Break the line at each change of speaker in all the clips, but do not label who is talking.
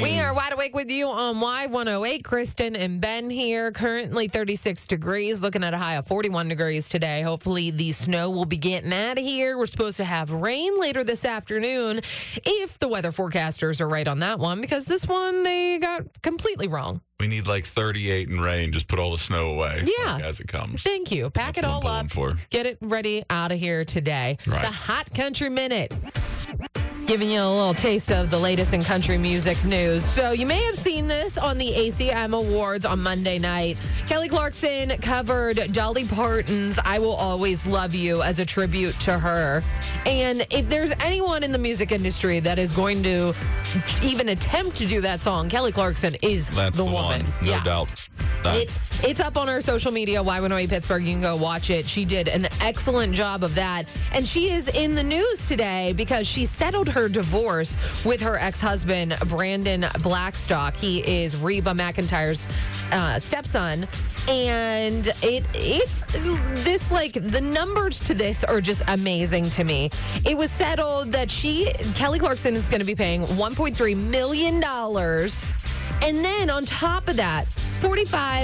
are wide awake with you on Y108. Kristen and Ben here, currently 36 degrees, looking at a high of 41 degrees today. Hopefully, the snow will be getting out of here. We're supposed to have rain later this afternoon if the weather forecasters are right on that one, because this one they got completely wrong.
We need like 38 and rain. Just put all the snow away.
Yeah.
like, as it comes.
Thank you. Pack
That's
it
what I'm
all
pulling
up.
for.
Get it ready out of here today.
Right.
The Hot Country Minute. Giving you a little taste of the latest in country music news. So, you may have seen this on the ACM Awards on Monday night. Kelly Clarkson covered Dolly Parton's I Will Always Love You as a tribute to her. And if there's anyone in the music industry that is going to even attempt to do that song, Kelly Clarkson is
That's the,
woman.
one. No
yeah.
doubt. That-
It, it's up on our social media, Y108 Pittsburgh. You can go watch it. She did an excellent job of that. And she is in the news today because she settled her divorce with her ex husband, Brandon Blackstock. He is Reba McIntyre's uh, stepson. And it it's this like the numbers to this are just amazing to me. It was settled that she Kelly Clarkson is going to be paying 1.3 million dollars and then on top of that,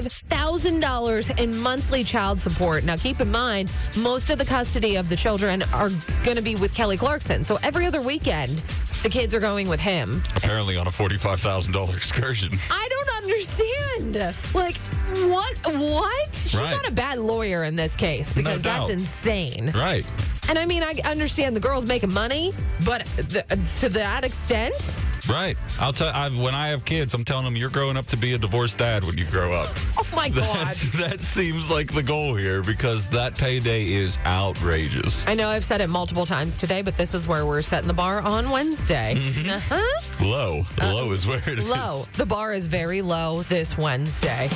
$45,000 in monthly child support. Now, keep in mind, most of the custody of the children are going to be with Kelly Clarkson. So every other weekend, the kids are going with him.
apparently on a $45,000 excursion.
I don't understand. Like, what? What? She
Right.
got a bad lawyer in this case because that's
doubt.
insane.
Right.
And I mean, I understand the girl's making money, but th- to that extent,
Right. I'll tell I when I have kids, I'm telling them you're growing up to be a divorced dad when you grow up.
oh my God.
That's, that seems like the goal here because that payday is outrageous.
I know I've said it multiple times today, but this is where we're setting the bar on Wednesday. Uh-huh. Uh,
Low. Low is where it is.
Low. The bar is very low this Wednesday.